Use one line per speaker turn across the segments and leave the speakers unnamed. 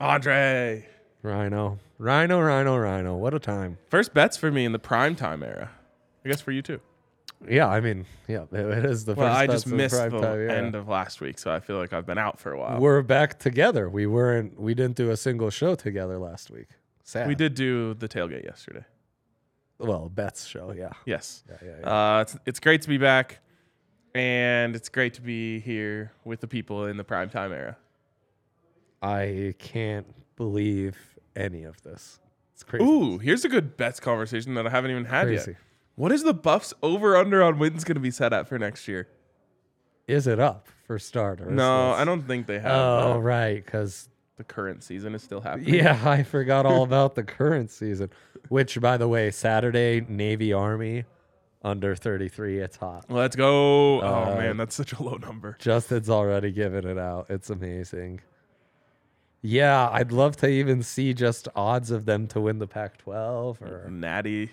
Andre.
Rhino, Rhino, Rhino, Rhino. What a time!
First bets for me in the prime time era. I guess for you too.
Yeah, I mean, yeah, it- it is the
Well,
first.
I just
bets of
missed
prime
the
time, yeah.
end of last week, so I feel like I've been out for a while.
We're back together. We weren't. We didn't do a single show together last week. Sad.
We did do the tailgate yesterday.
Well, Beth's show. Yeah.
Yes.
Yeah. Yeah. yeah.
Uh, it's, it's great to be back, and it's great to be here with the people in the prime time era.
I can't believe any of this. It's crazy.
Ooh, here's a good bets conversation that I haven't even had
Crazy.
yet. What is the Buffs over under on wins going to be set at for next year?
Is it up for starters?
No,
Let's-
I don't think they have.
Oh,
uh,
right, because
the current season is still happening.
yeah, I forgot all about the current season. Which, by the way, Saturday Navy Army under thirty three. It's hot.
Let's go. oh
Uh,
man, that's such a low number.
Justin's already giving it out. It's amazing. Yeah, I'd love to even see just odds of them to win the Pac 12 or
Natty.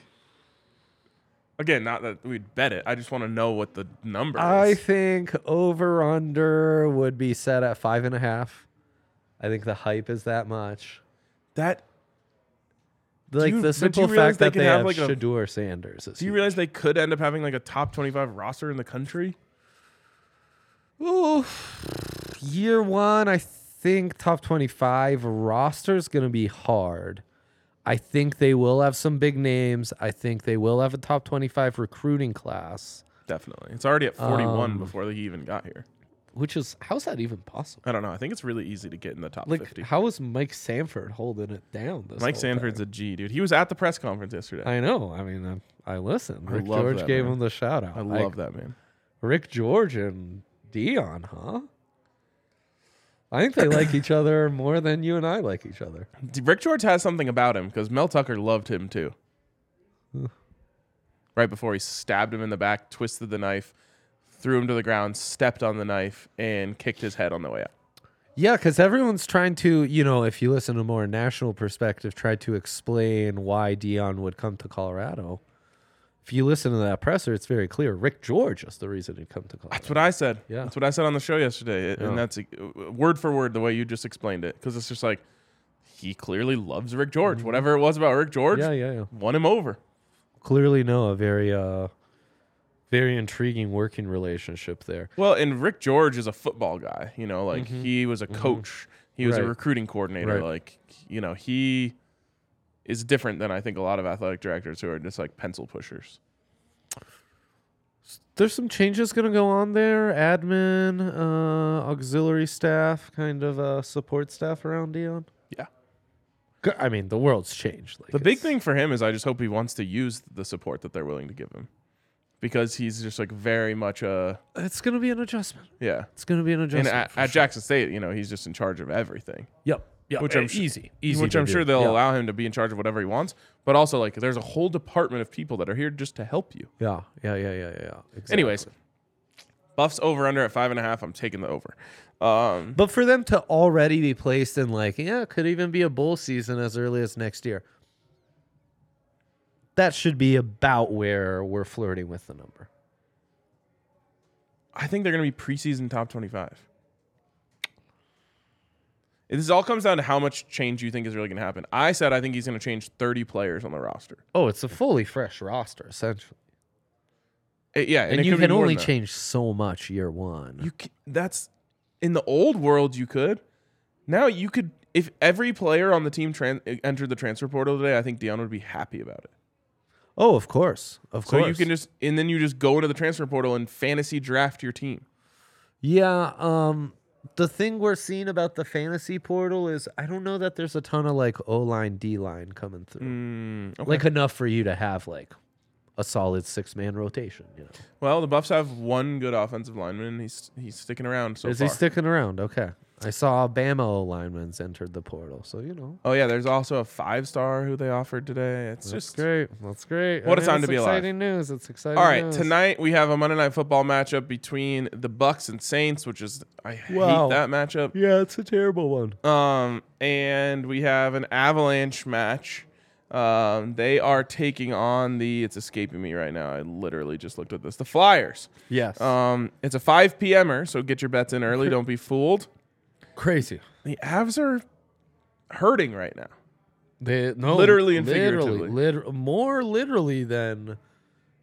Again, not that we'd bet it. I just want to know what the number
I
is.
think over under would be set at five and a half. I think the hype is that much.
That you- but
Like
do you
the simple
realize
fact
they
that
can
they
have,
have,
like, a-
Shador Sanders. is
do you
huge.
realize they could end up having like a top twenty-five roster in the country?
Ooh, year one, I think top 25 roster is going to be hard. I think they will have some big names. I think they will have a top 25 recruiting class,
Definitely. It's already at forty-one
Um,
before he even got here.
which is how's that even possible?
I don't know. I think it's really easy to get in the top
Like,
fifty.
how is Mike Sanford holding it down? This
Mike
whole
Sanford's a
time?
G dude. He was at the press conference yesterday.
I know. I mean, I, I listen.
I
Rick
love
George
that
gave
man.
him the shout out.
I
Like,
love that man.
Rick George and Dion, huh? I think they like each other more than you and I like each other.
D- Rick George has something about him because Mel Tucker loved him too. right before he stabbed him in the back, twisted the knife, threw him to the ground, stepped on the knife, and kicked his head on the way out.
Yeah, because everyone's trying to, you know, if you listen to a more national perspective, try to explain why Dion would come to Colorado. If you listen to that presser, it's very clear. Rick George is the reason he'd come to Colorado.
That's what I said.
Yeah.
That's what I said on the show yesterday. And
Yeah.
that's uh, word for word the way you just explained it because it's just like he clearly loves Rick George. Whatever it was about Rick George,
Mm-hmm. Yeah, yeah, yeah.
won him over.
Clearly, no, a very, uh, very intriguing working relationship there.
Well, and Rick George is a football guy. You know, like he was a coach, he was a
Mm-hmm. Right.
recruiting coordinator.
Right.
Like, you know, he is different than I think a lot of athletic directors who are just like pencil pushers.
There's some changes going to go on there. Admin, uh, auxiliary staff, kind of uh, support staff around Dion.
Yeah.
G- I mean, the world's changed. Like
The big
it's-
thing for him is I just hope he wants to use the support that they're willing to give him because he's just like very much a,
It's going to be an adjustment.
yeah.
It's going to be an
And
adjustment.
at,
for
at
sure.
Jackson State, you know, he's just in charge of everything.
Yep. Yep.
Which
Eh,
I'm su-
easy. Easy.
e, which
to
I'm
do.
sure they'll
yeah.
allow him to be in charge of whatever he wants, but also like there's a whole department of people that are here just to help you.
Yeah. Yeah. Yeah. Yeah. Yeah. yeah. Exactly.
Anyways, Buffs over under at five and a half. I'm taking the over. Um,
but for them to already be placed in like, yeah, it could even be a bowl season as early as next year. That should be about where we're flirting with the number.
I think they're going to be preseason top 25. This all comes down to how much change you think is really going to happen. I said I think he's going to change 30 players on the roster.
Oh, it's a fully fresh roster essentially,
Uh, yeah, and,
and,
it
you
could be
can
more
only
than that.
change so much year one.
You c that's in the old world. You could now you could if every player on the team tran- e, entered the transfer portal today. I think Dion would be happy about it.
oh, of course, of
So
course.
you can just and then you just go into the transfer portal and fantasy draft your team.
Yeah, um the thing we're seeing about the fantasy portal is I don't know that there's a ton of like O line D line coming through.
Mm, okay.
Like enough for you to have like a solid six man rotation, you know.
Well, the Buffs have one good offensive lineman. And he's he's sticking around so
is
far.
he sticking around? Okay. I saw Bama O linemen's entered the portal. So you know.
oh yeah, there's also a five star who they offered today. It's just
great. That's great.
What a time to
it's
be alive.
Exciting news. It's exciting.
all right.
news.
Tonight we have a Monday Night Football matchup between the Bucks and Saints, which is I
Wow.
hate that matchup.
Yeah, it's a terrible one.
Um, and we have an Avalanche match. Um, they are taking on the. It's escaping me right now. I literally just looked at this. The Flyers.
Yes.
Um, it's a 5 p.m.er, so get your bets in early. Don't be fooled.
Crazy.
The Avs are hurting right now.
They no
Literally and
literally,
figuratively.
liter- more literally than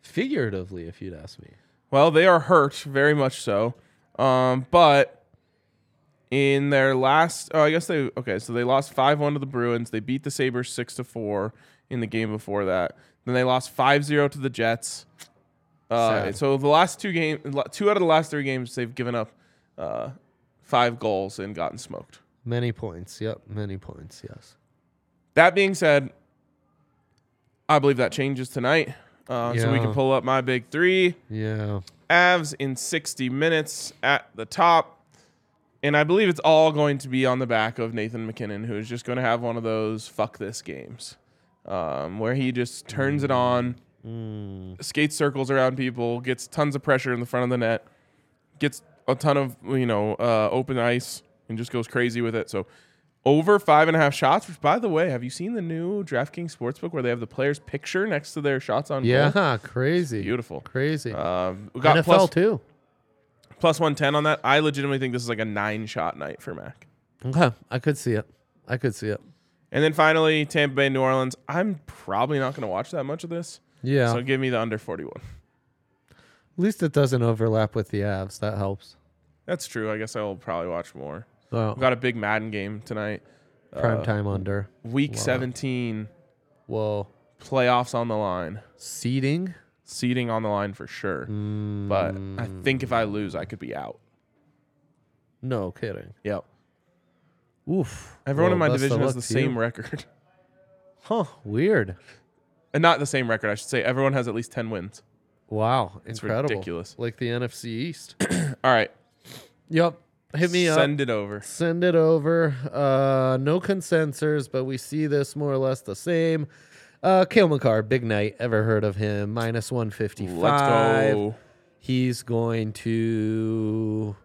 figuratively, if you'd ask me.
Well, they are hurt very much so. Um, but in their last, oh, I guess they okay. So they lost five one to the Bruins. They beat the Sabers six to four in the game before that. Then they lost 5-0 to the Jets. Uh,
Sad.
so the last two game, two out of the last three games, they've given up uh, five goals and gotten smoked.
Many points. Yep, many points. Yes.
That being said, I believe that changes tonight. Uh, So we
Yeah.
can pull up my big three.
Yeah.
Avs in 60 minutes at the top. And I believe it's all going to be on the back of Nathan McKinnon, who is just going to have one of those fuck this games um, where he just turns it on,
Mm.
skates circles around people, gets tons of pressure in the front of the net, gets a ton of, you know, uh, open ice and just goes crazy with it. So over five and a half shots, which, by the way, have you seen the new DraftKings Sportsbook where they have the player's picture next to their shots on
Yeah.
goal?
Crazy.
Beautiful.
Crazy.
Um, we got
NFL
plus
too.
plus 110 on that. I legitimately think this is like a nine shot night for Mac.
Okay, I could see it. I could see it.
And then finally, Tampa Bay, New Orleans. I'm probably not going to watch that much of this.
Yeah.
So give me the under 41.
At least it doesn't overlap with the Avs. That helps.
That's true. I guess I will probably watch more.
Oh,
We've got a big Madden game tonight.
prime
Uh,
time under.
Week
Wow.
17,
Whoa.
playoffs on the line,
Seating.
seating on the line for sure. But I
Mm.
think if I lose, I could be out.
No kidding.
Yep.
Oof.
Everyone
Well,
in my
best of
division has
luck
the
to
same
you.
record.
Huh. Weird.
and not the same record, I should say. Everyone has at least 10 wins.
Wow.
It's
incredible.
ridiculous.
Like the NFC East.
All right.
yep. Hit me up.
Send it over.
Send it over. Uh, no consensors, but we see this more or less the same. Uh, Kale McCarr, big night. Ever heard of him? Minus 155.
Let's go.
He's going to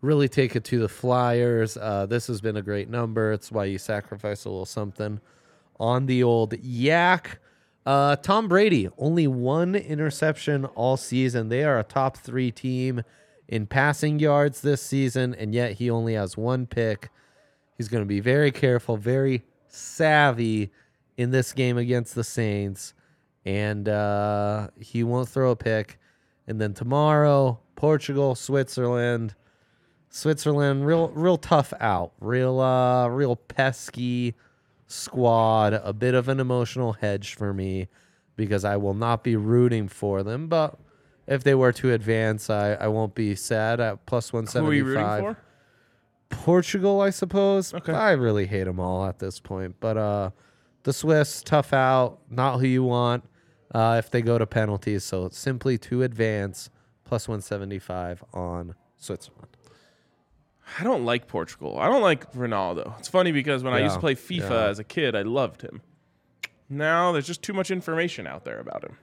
really take it to the Flyers. Uh, this has been a great number. It's why you sacrifice a little something on the old yak. Uh, Tom Brady, only one interception all season. They are a top three team in passing yards this season, and yet he only has one pick. He's going to be very careful, very savvy in this game against the Saints, and uh, he won't throw a pick. And then tomorrow, Portugal, Switzerland, Switzerland, real, real tough out, real, uh, real pesky squad. A bit of an emotional hedge for me because I will not be rooting for them, but. If they were to advance, I, I won't be sad at plus one
Who are
seventy
you
five.
rooting for?
Portugal, I suppose.
Okay.
I really hate them all at this point. But uh, the Swiss, tough out, not who you want uh, if they go to penalties. So it's simply to advance, plus 175 on Switzerland.
I don't like Portugal. I don't like Ronaldo. It's funny because when I used
Yeah,
to play FIFA
yeah.
as a kid, I loved him. Now there's just too much information out there about him.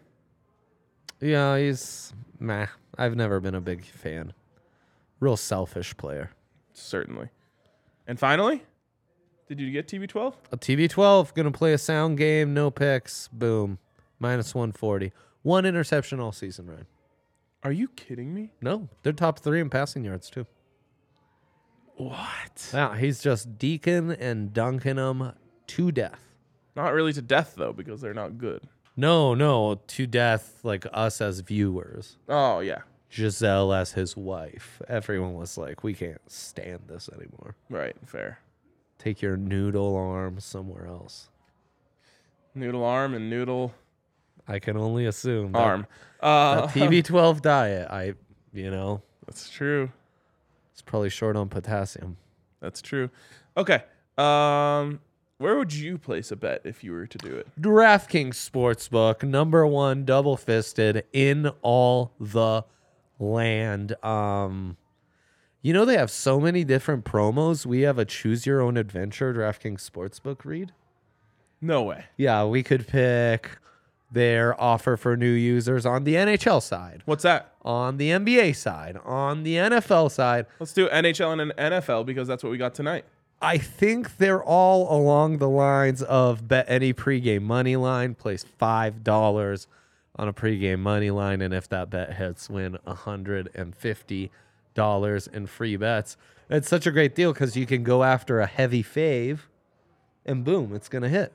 Yeah, he's meh. I've never been a big fan. Real selfish player.
Certainly. And finally, did you get TB12?
A TB12, going to play a sound game, no picks. Boom. Minus 140. One interception all season, Ryan.
Are you kidding me?
No, they're top three in passing yards, too.
What?
Wow, he's just deacon and dunking them to death.
Not really to death though, because they're not good.
No, no, to death, like us as viewers.
Oh yeah,
Giselle as his wife. Everyone was like, we can't stand this anymore.
right. Fair.
Take your noodle arm somewhere else.
Noodle arm and noodle
I can only assume. that-
arm.
That,
Uh,
TB12 diet, I, you know,
that's true.
it's probably short on potassium.
That's true. Okay. Um, where would you place a bet if you were to do it?
DraftKings Sportsbook, number one, double fisted in all the land. Um, you know they have so many different promos. We have a choose your own adventure DraftKings Sportsbook read.
No way.
Yeah, we could pick their offer for new users on the NHL side,
What's that?
on the NBA side, on the NFL side.
Let's do NHL and an NFL because that's what we got tonight.
I think they're all along the lines of bet any pregame money line, place five dollars on a pregame money line, and if that bet hits, win hundred and fifty dollars in free bets. It's such a great deal because you can go after a heavy fave and boom, it's gonna hit.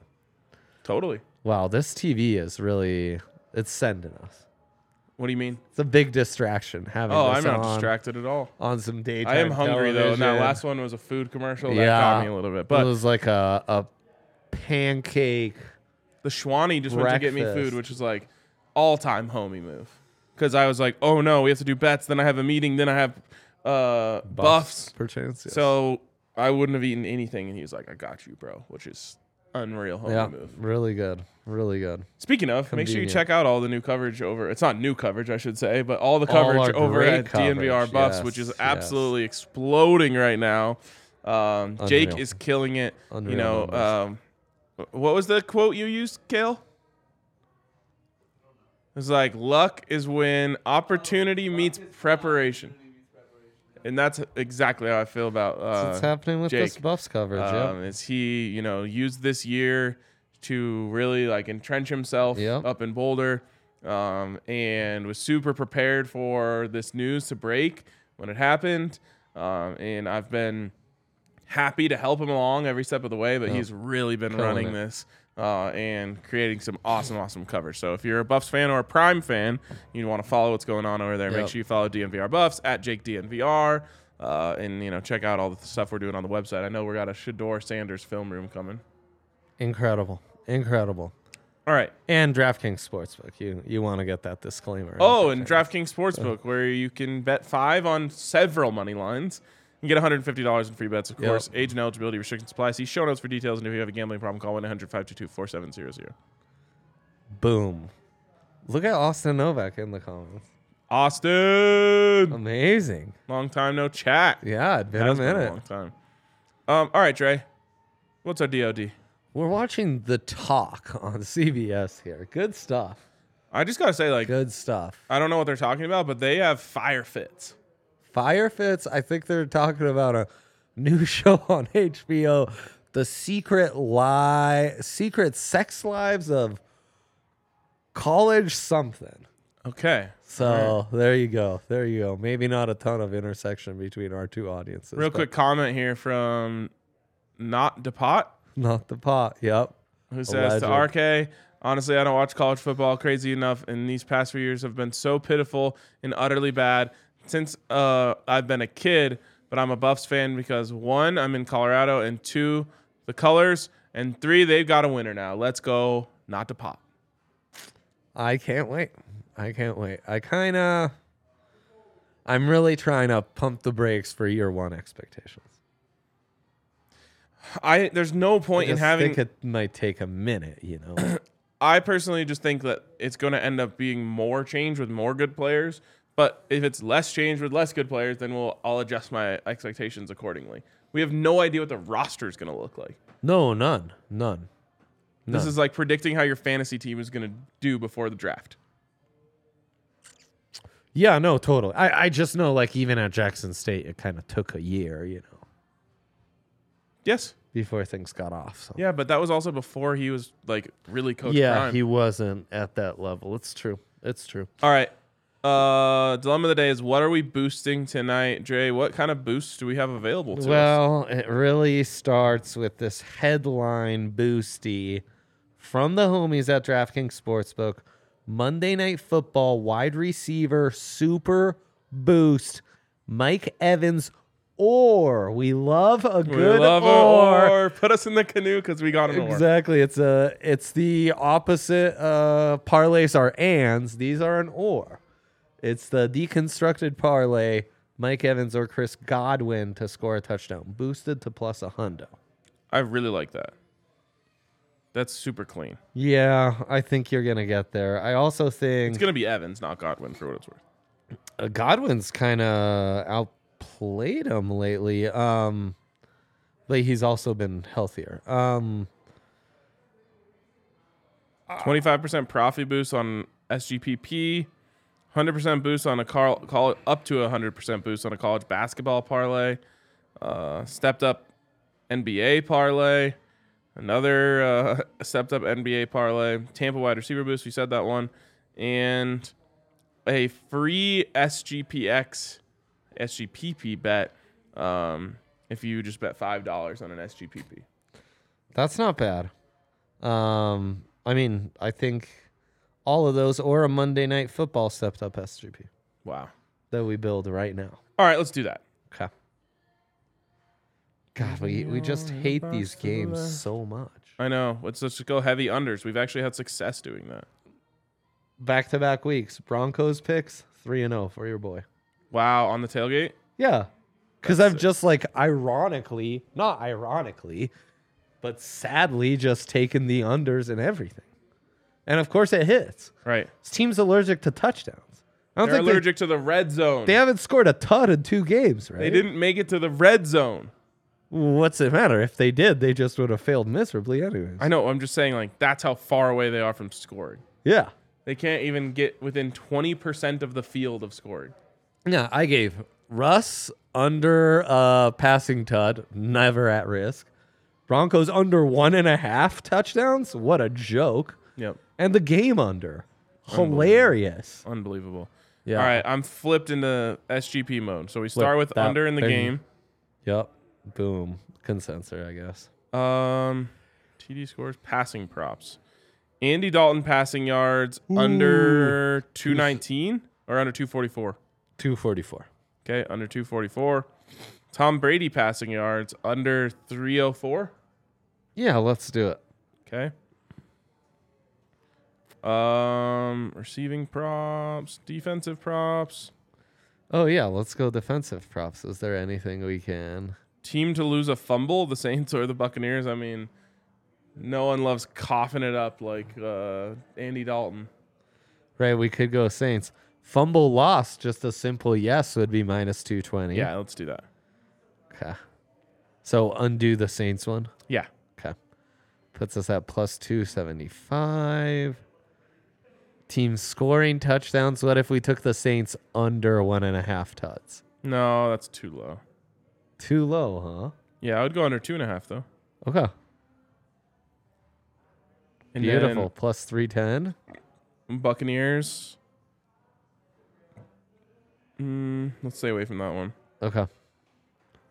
Totally.
Wow, this TV is really it's sending us.
What do you mean?
It's a big distraction having
Oh,
this
I'm not
on,
distracted at all.
on some daytime.
I am hungry though, and that
television.
last one was a food commercial that
Yeah.
got me a little bit. But
it was like a, a pancake.
the Schwani just went to get me
Breakfast.
food, which is like all time homie move. Because I was like, oh no, we have to do bets. Then I have a meeting. Then I have uh, buffs.
perchance. yes.
So I wouldn't have eaten anything, and he was like, "I got you, bro," which is unreal homie
yeah,
move.
really good, really good.
Speaking of, make sure you
Convenient.
check out all the new coverage over. It's not new coverage, I should say, but all the
All our
coverage over
great
at DNVR
coverage,
Buffs, which is
yes,
absolutely exploding right now. Um, Jake
Unreal.
is killing it. you
Unreal
know,
numbers.
um, what was the quote you used, Kale? It was like luck is when opportunity meets preparation, and that's exactly how I feel about. Uh,
What's happening with this
Jake,
Buffs coverage?
um, Is he, you know, used this year to really like entrench himself
Yep.
up in Boulder, um, and was super prepared for this news to break when it happened. Um, and I've been happy to help him along every step of the way, but he's really been
Killing
running
it.
this. Uh, and creating some awesome, awesome coverage. So if you're a Buffs fan or a Prime fan, you want to follow what's going on over there. Make
Yep.
sure you follow DNVR Buffs at Jake DNVR, uh, and you know check out all the stuff we're doing on the website. I know we got a Shador Sanders film room coming.
yeah, incredible, incredible.
All right.
And DraftKings Sportsbook, you you want to get that disclaimer?
Oh, and DraftKings Sportsbook, where you can bet five on several money lines. You can get $150 in free bets, of
Yep.
course. Age and eligibility restrictions apply. See show notes for details. And if you have a gambling problem, call 1 800 522 4700.
boom! Look at Austin Novak in the comments. Um,
Austin!
Amazing.
Long time no chat.
Yeah, it's been a
Has been
minute.
long time. Um, all right, Dre. What's our DOD?
We're watching The Talk on CBS here. Good stuff.
I just got to say, like,
Good stuff.
I don't know what they're talking about, but they have fire fits.
Fire Fits, I think they're talking about a new show on HBO, The Secret Lie, Secret Sex Lives of College Something.
Okay.
So there you go. There you go. Maybe not a ton of intersection between our two audiences.
Real
but
quick comment here from Not DePot.
Not the pot. Yep.
who says to RK, honestly, I don't watch college football crazy enough, and these past few years have been so pitiful and utterly bad since uh, I've been a kid. But I'm a Buffs fan because one, I'm in Colorado, and two, the colors, and three, they've got a winner now. Let's go, not to pop.
I can't wait. I can't wait. I kind of. I'm really trying to pump the brakes for year one expectations.
I there's no point in
Just
having.
think it might take a minute, you know.
I personally just think that it's going to end up being more change with more good players. But if it's less change with less good players, then we'll I'll adjust my expectations accordingly. We have no idea what the roster is going to look like.
no, none, none.
This
None.
is like predicting how your fantasy team is going to do before the draft.
Yeah, no, totally. I, I just know, like, even at Jackson State, it kind of took a year, you know,
Yes.
before things got off. So.
Yeah, but that was also before he was like really coach
yeah,
prime.
he wasn't at that level. It's true. It's true.
All right. Uh, dilemma of the day is what are we boosting tonight, Dre? What kind of boosts do we have available to us?
Well, it really starts with this headline boosty from the homies at DraftKings Sportsbook. Monday Night Football wide receiver super boost Mike Evans or we love a
We
good
love
or.
or, or put us in the canoe because we got an or.
Exactly. It's a it's the opposite uh parlays are ands. These are an or. It's the deconstructed parlay, Mike Evans or Chris Godwin to score a touchdown, boosted to plus a hundo.
I really like that. That's super clean.
Yeah, I think you're gonna get there. I also think
It's gonna be Evans, not Godwin, for what it's worth.
uh, Godwin's kind of outplayed him lately. Um, but he's also been healthier. Um,
Twenty-five percent profit boost on SGPP, hundred percent boost on a call, call up to hundred percent boost on a college basketball parlay, uh, stepped up NBA parlay, another uh, stepped up NBA parlay, Tampa wide receiver boost. We said that one, and a free SGPX, SGPP bet. Um, if you just bet five dollars on an SGPP,
That's not bad. Um, I mean, I think all of those or a Monday night football stepped up SGP
Wow.
that we build right now.
All right, let's do that.
Okay. God, we, we just hate these games so much.
I know. Let's let's just go heavy unders. We've actually had success doing that.
Back to back weeks, Broncos picks 3 and 0 for your boy.
Wow, on the tailgate.
Yeah. Because
That's
I've
sick.
just like ironically, not ironically, but sadly just taken the unders and everything. And of course it hits.
Right.
This team's allergic to touchdowns. I don't
They're
think they-
allergic to the red zone.
they, haven't scored a tud in two games, right?
They didn't make it to the red zone.
What's it matter? If they did, they just would have failed miserably anyways.
I know. I'm just saying, like that's how far away they are from scoring.
yeah.
They can't even get within 20% of the field of scoring.
Yeah, I gave Russ under uh passing tud, never at risk. Broncos under one and a half touchdowns. What a joke.
Yep.
and the game under. Hilarious.
Unbelievable.
Yeah.
All right, I'm flipped into SGP mode. So we start with
that
under in the
thing.
game.
Yep. Boom. Consensor, I guess.
Um, TD scores, passing props. Andy Dalton passing yards under 219 or under 244.
244.
Okay, under 244. Tom Brady passing yards under 304.
Yeah, let's do it.
Okay. Um, receiving props, defensive props.
Oh, yeah, let's go defensive props. Is there anything we can?
team to lose a fumble, the Saints or the Buccaneers. I mean, no one loves coughing it up like uh, Andy Dalton.
Right, we could go Saints. Fumble loss, just a simple yes would be minus 220.
Yeah, let's do that.
Okay. So undo the Saints one.
Yeah.
Okay. Puts us at plus 275. Team scoring touchdowns. What if we took the Saints under one and a half tuds?
No, that's too low.
Too low,
Yeah, I would go under two and a half though.
huh? Okay.
And
Beautiful. Plus 310.
then Buccaneers. Mm, let's stay away from that one.
Okay.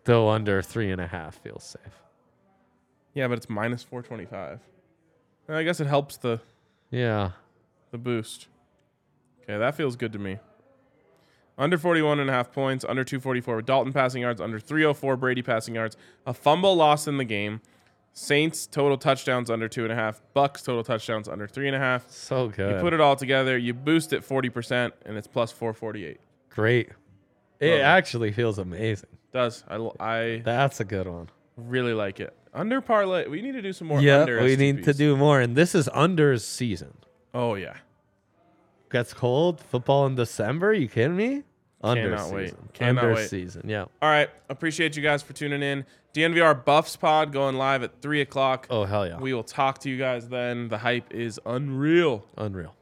Though under three and a half feels safe.
Yeah, but it's minus four twenty five. I guess it helps the
Yeah.
the boost. Okay, that feels good to me. Under 41 and a half points, under 244 with Dalton passing yards, under 304 Brady passing yards, a fumble loss in the game. Saints total touchdowns under two and a half. Bucks total touchdowns under three and a half.
So good.
You put it all together, you boost it 40%, and it's plus 448.
Great.
Love
It
it.
actually feels amazing.
Does. I, l- I
That's a good one.
really like it. Under parlay, we need to do some more
Yeah,
under
we need to
STPs.
do more. And this is under's season.
Oh, yeah.
Gets cold. Football in December. You kidding me? Under
Cannot wait.
season.
Cannot
under
wait.
season. Yeah.
All right. Appreciate you guys for tuning in. DNVR Buffs Pod going live at 3 o'clock.
Oh hell yeah.
We will talk to you guys then. The hype is unreal.
Unreal.